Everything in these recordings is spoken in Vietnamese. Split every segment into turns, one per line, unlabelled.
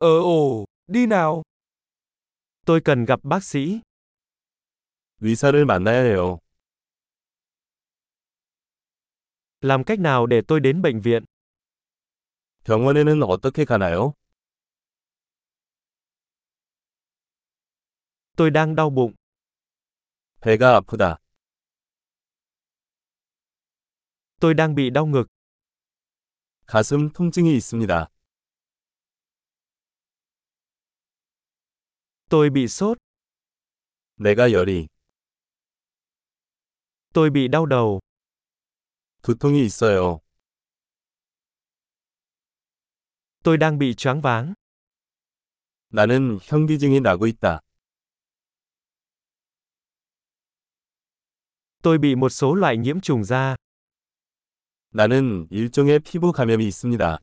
Ờ ồ, đi nào.
Tôi cần gặp bác sĩ.
의사를 만나야 해요.
Làm cách nào để tôi đến bệnh viện?
병원에는 어떻게 가나요?
Tôi đang đau bụng.
배가 아프다.
Tôi đang bị đau ngực.
가슴 통증이 있습니다.
Tôi bị sốt.
내가 열이,
Tôi bị đau đầu.
두통이 있어요.
Tôi đang bị choáng váng.
나는 현기증이 나고 있다.
Tôi bị một số loại nhiễm trùng da.
나는 일종의 피부 감염이 있습니다.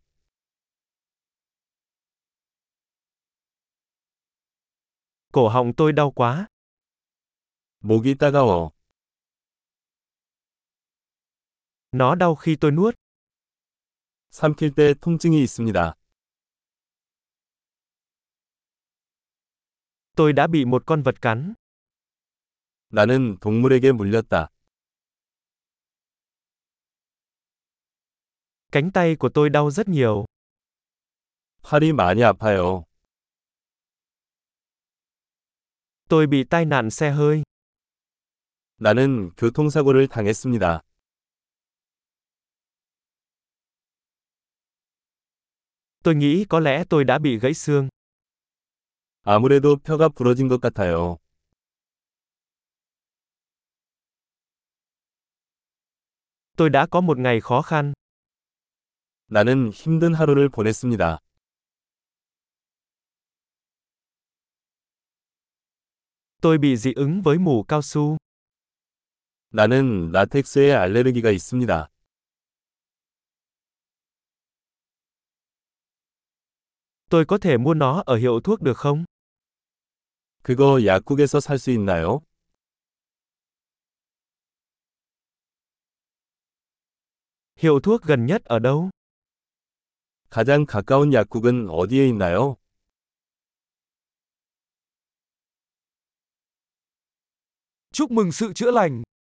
Cổ họng tôi đau quá.
목이 따가워.
Nó đau khi tôi nuốt.
삼킬 때 통증이 있습니다.
Tôi đã bị một con vật cắn.
나는 동물에게 물렸다.
Cánh tay của tôi đau rất nhiều.
팔이 많이 아파요.
Tôi bị tai nạn xe hơi.
나는 교통사고를 당했습니다.
Tôi nghĩ có lẽ tôi đã bị gãy xương.
아무래도 뼈가 부러진 것 같아요.
Tôi đã có một ngày khó khăn.
나는 힘든 하루를 보냈습니다.
Tôi bị dị ứng với mủ cao su.
나는 라텍스에 알레르기가 있습니다.
Tôi có thể mua nó ở hiệu thuốc được không?
그거 약국에서 살 수 있나요?
Hiệu thuốc gần nhất ở đâu?
가장 가까운 약국은 어디에 있나요?
Chúc mừng sự chữa lành.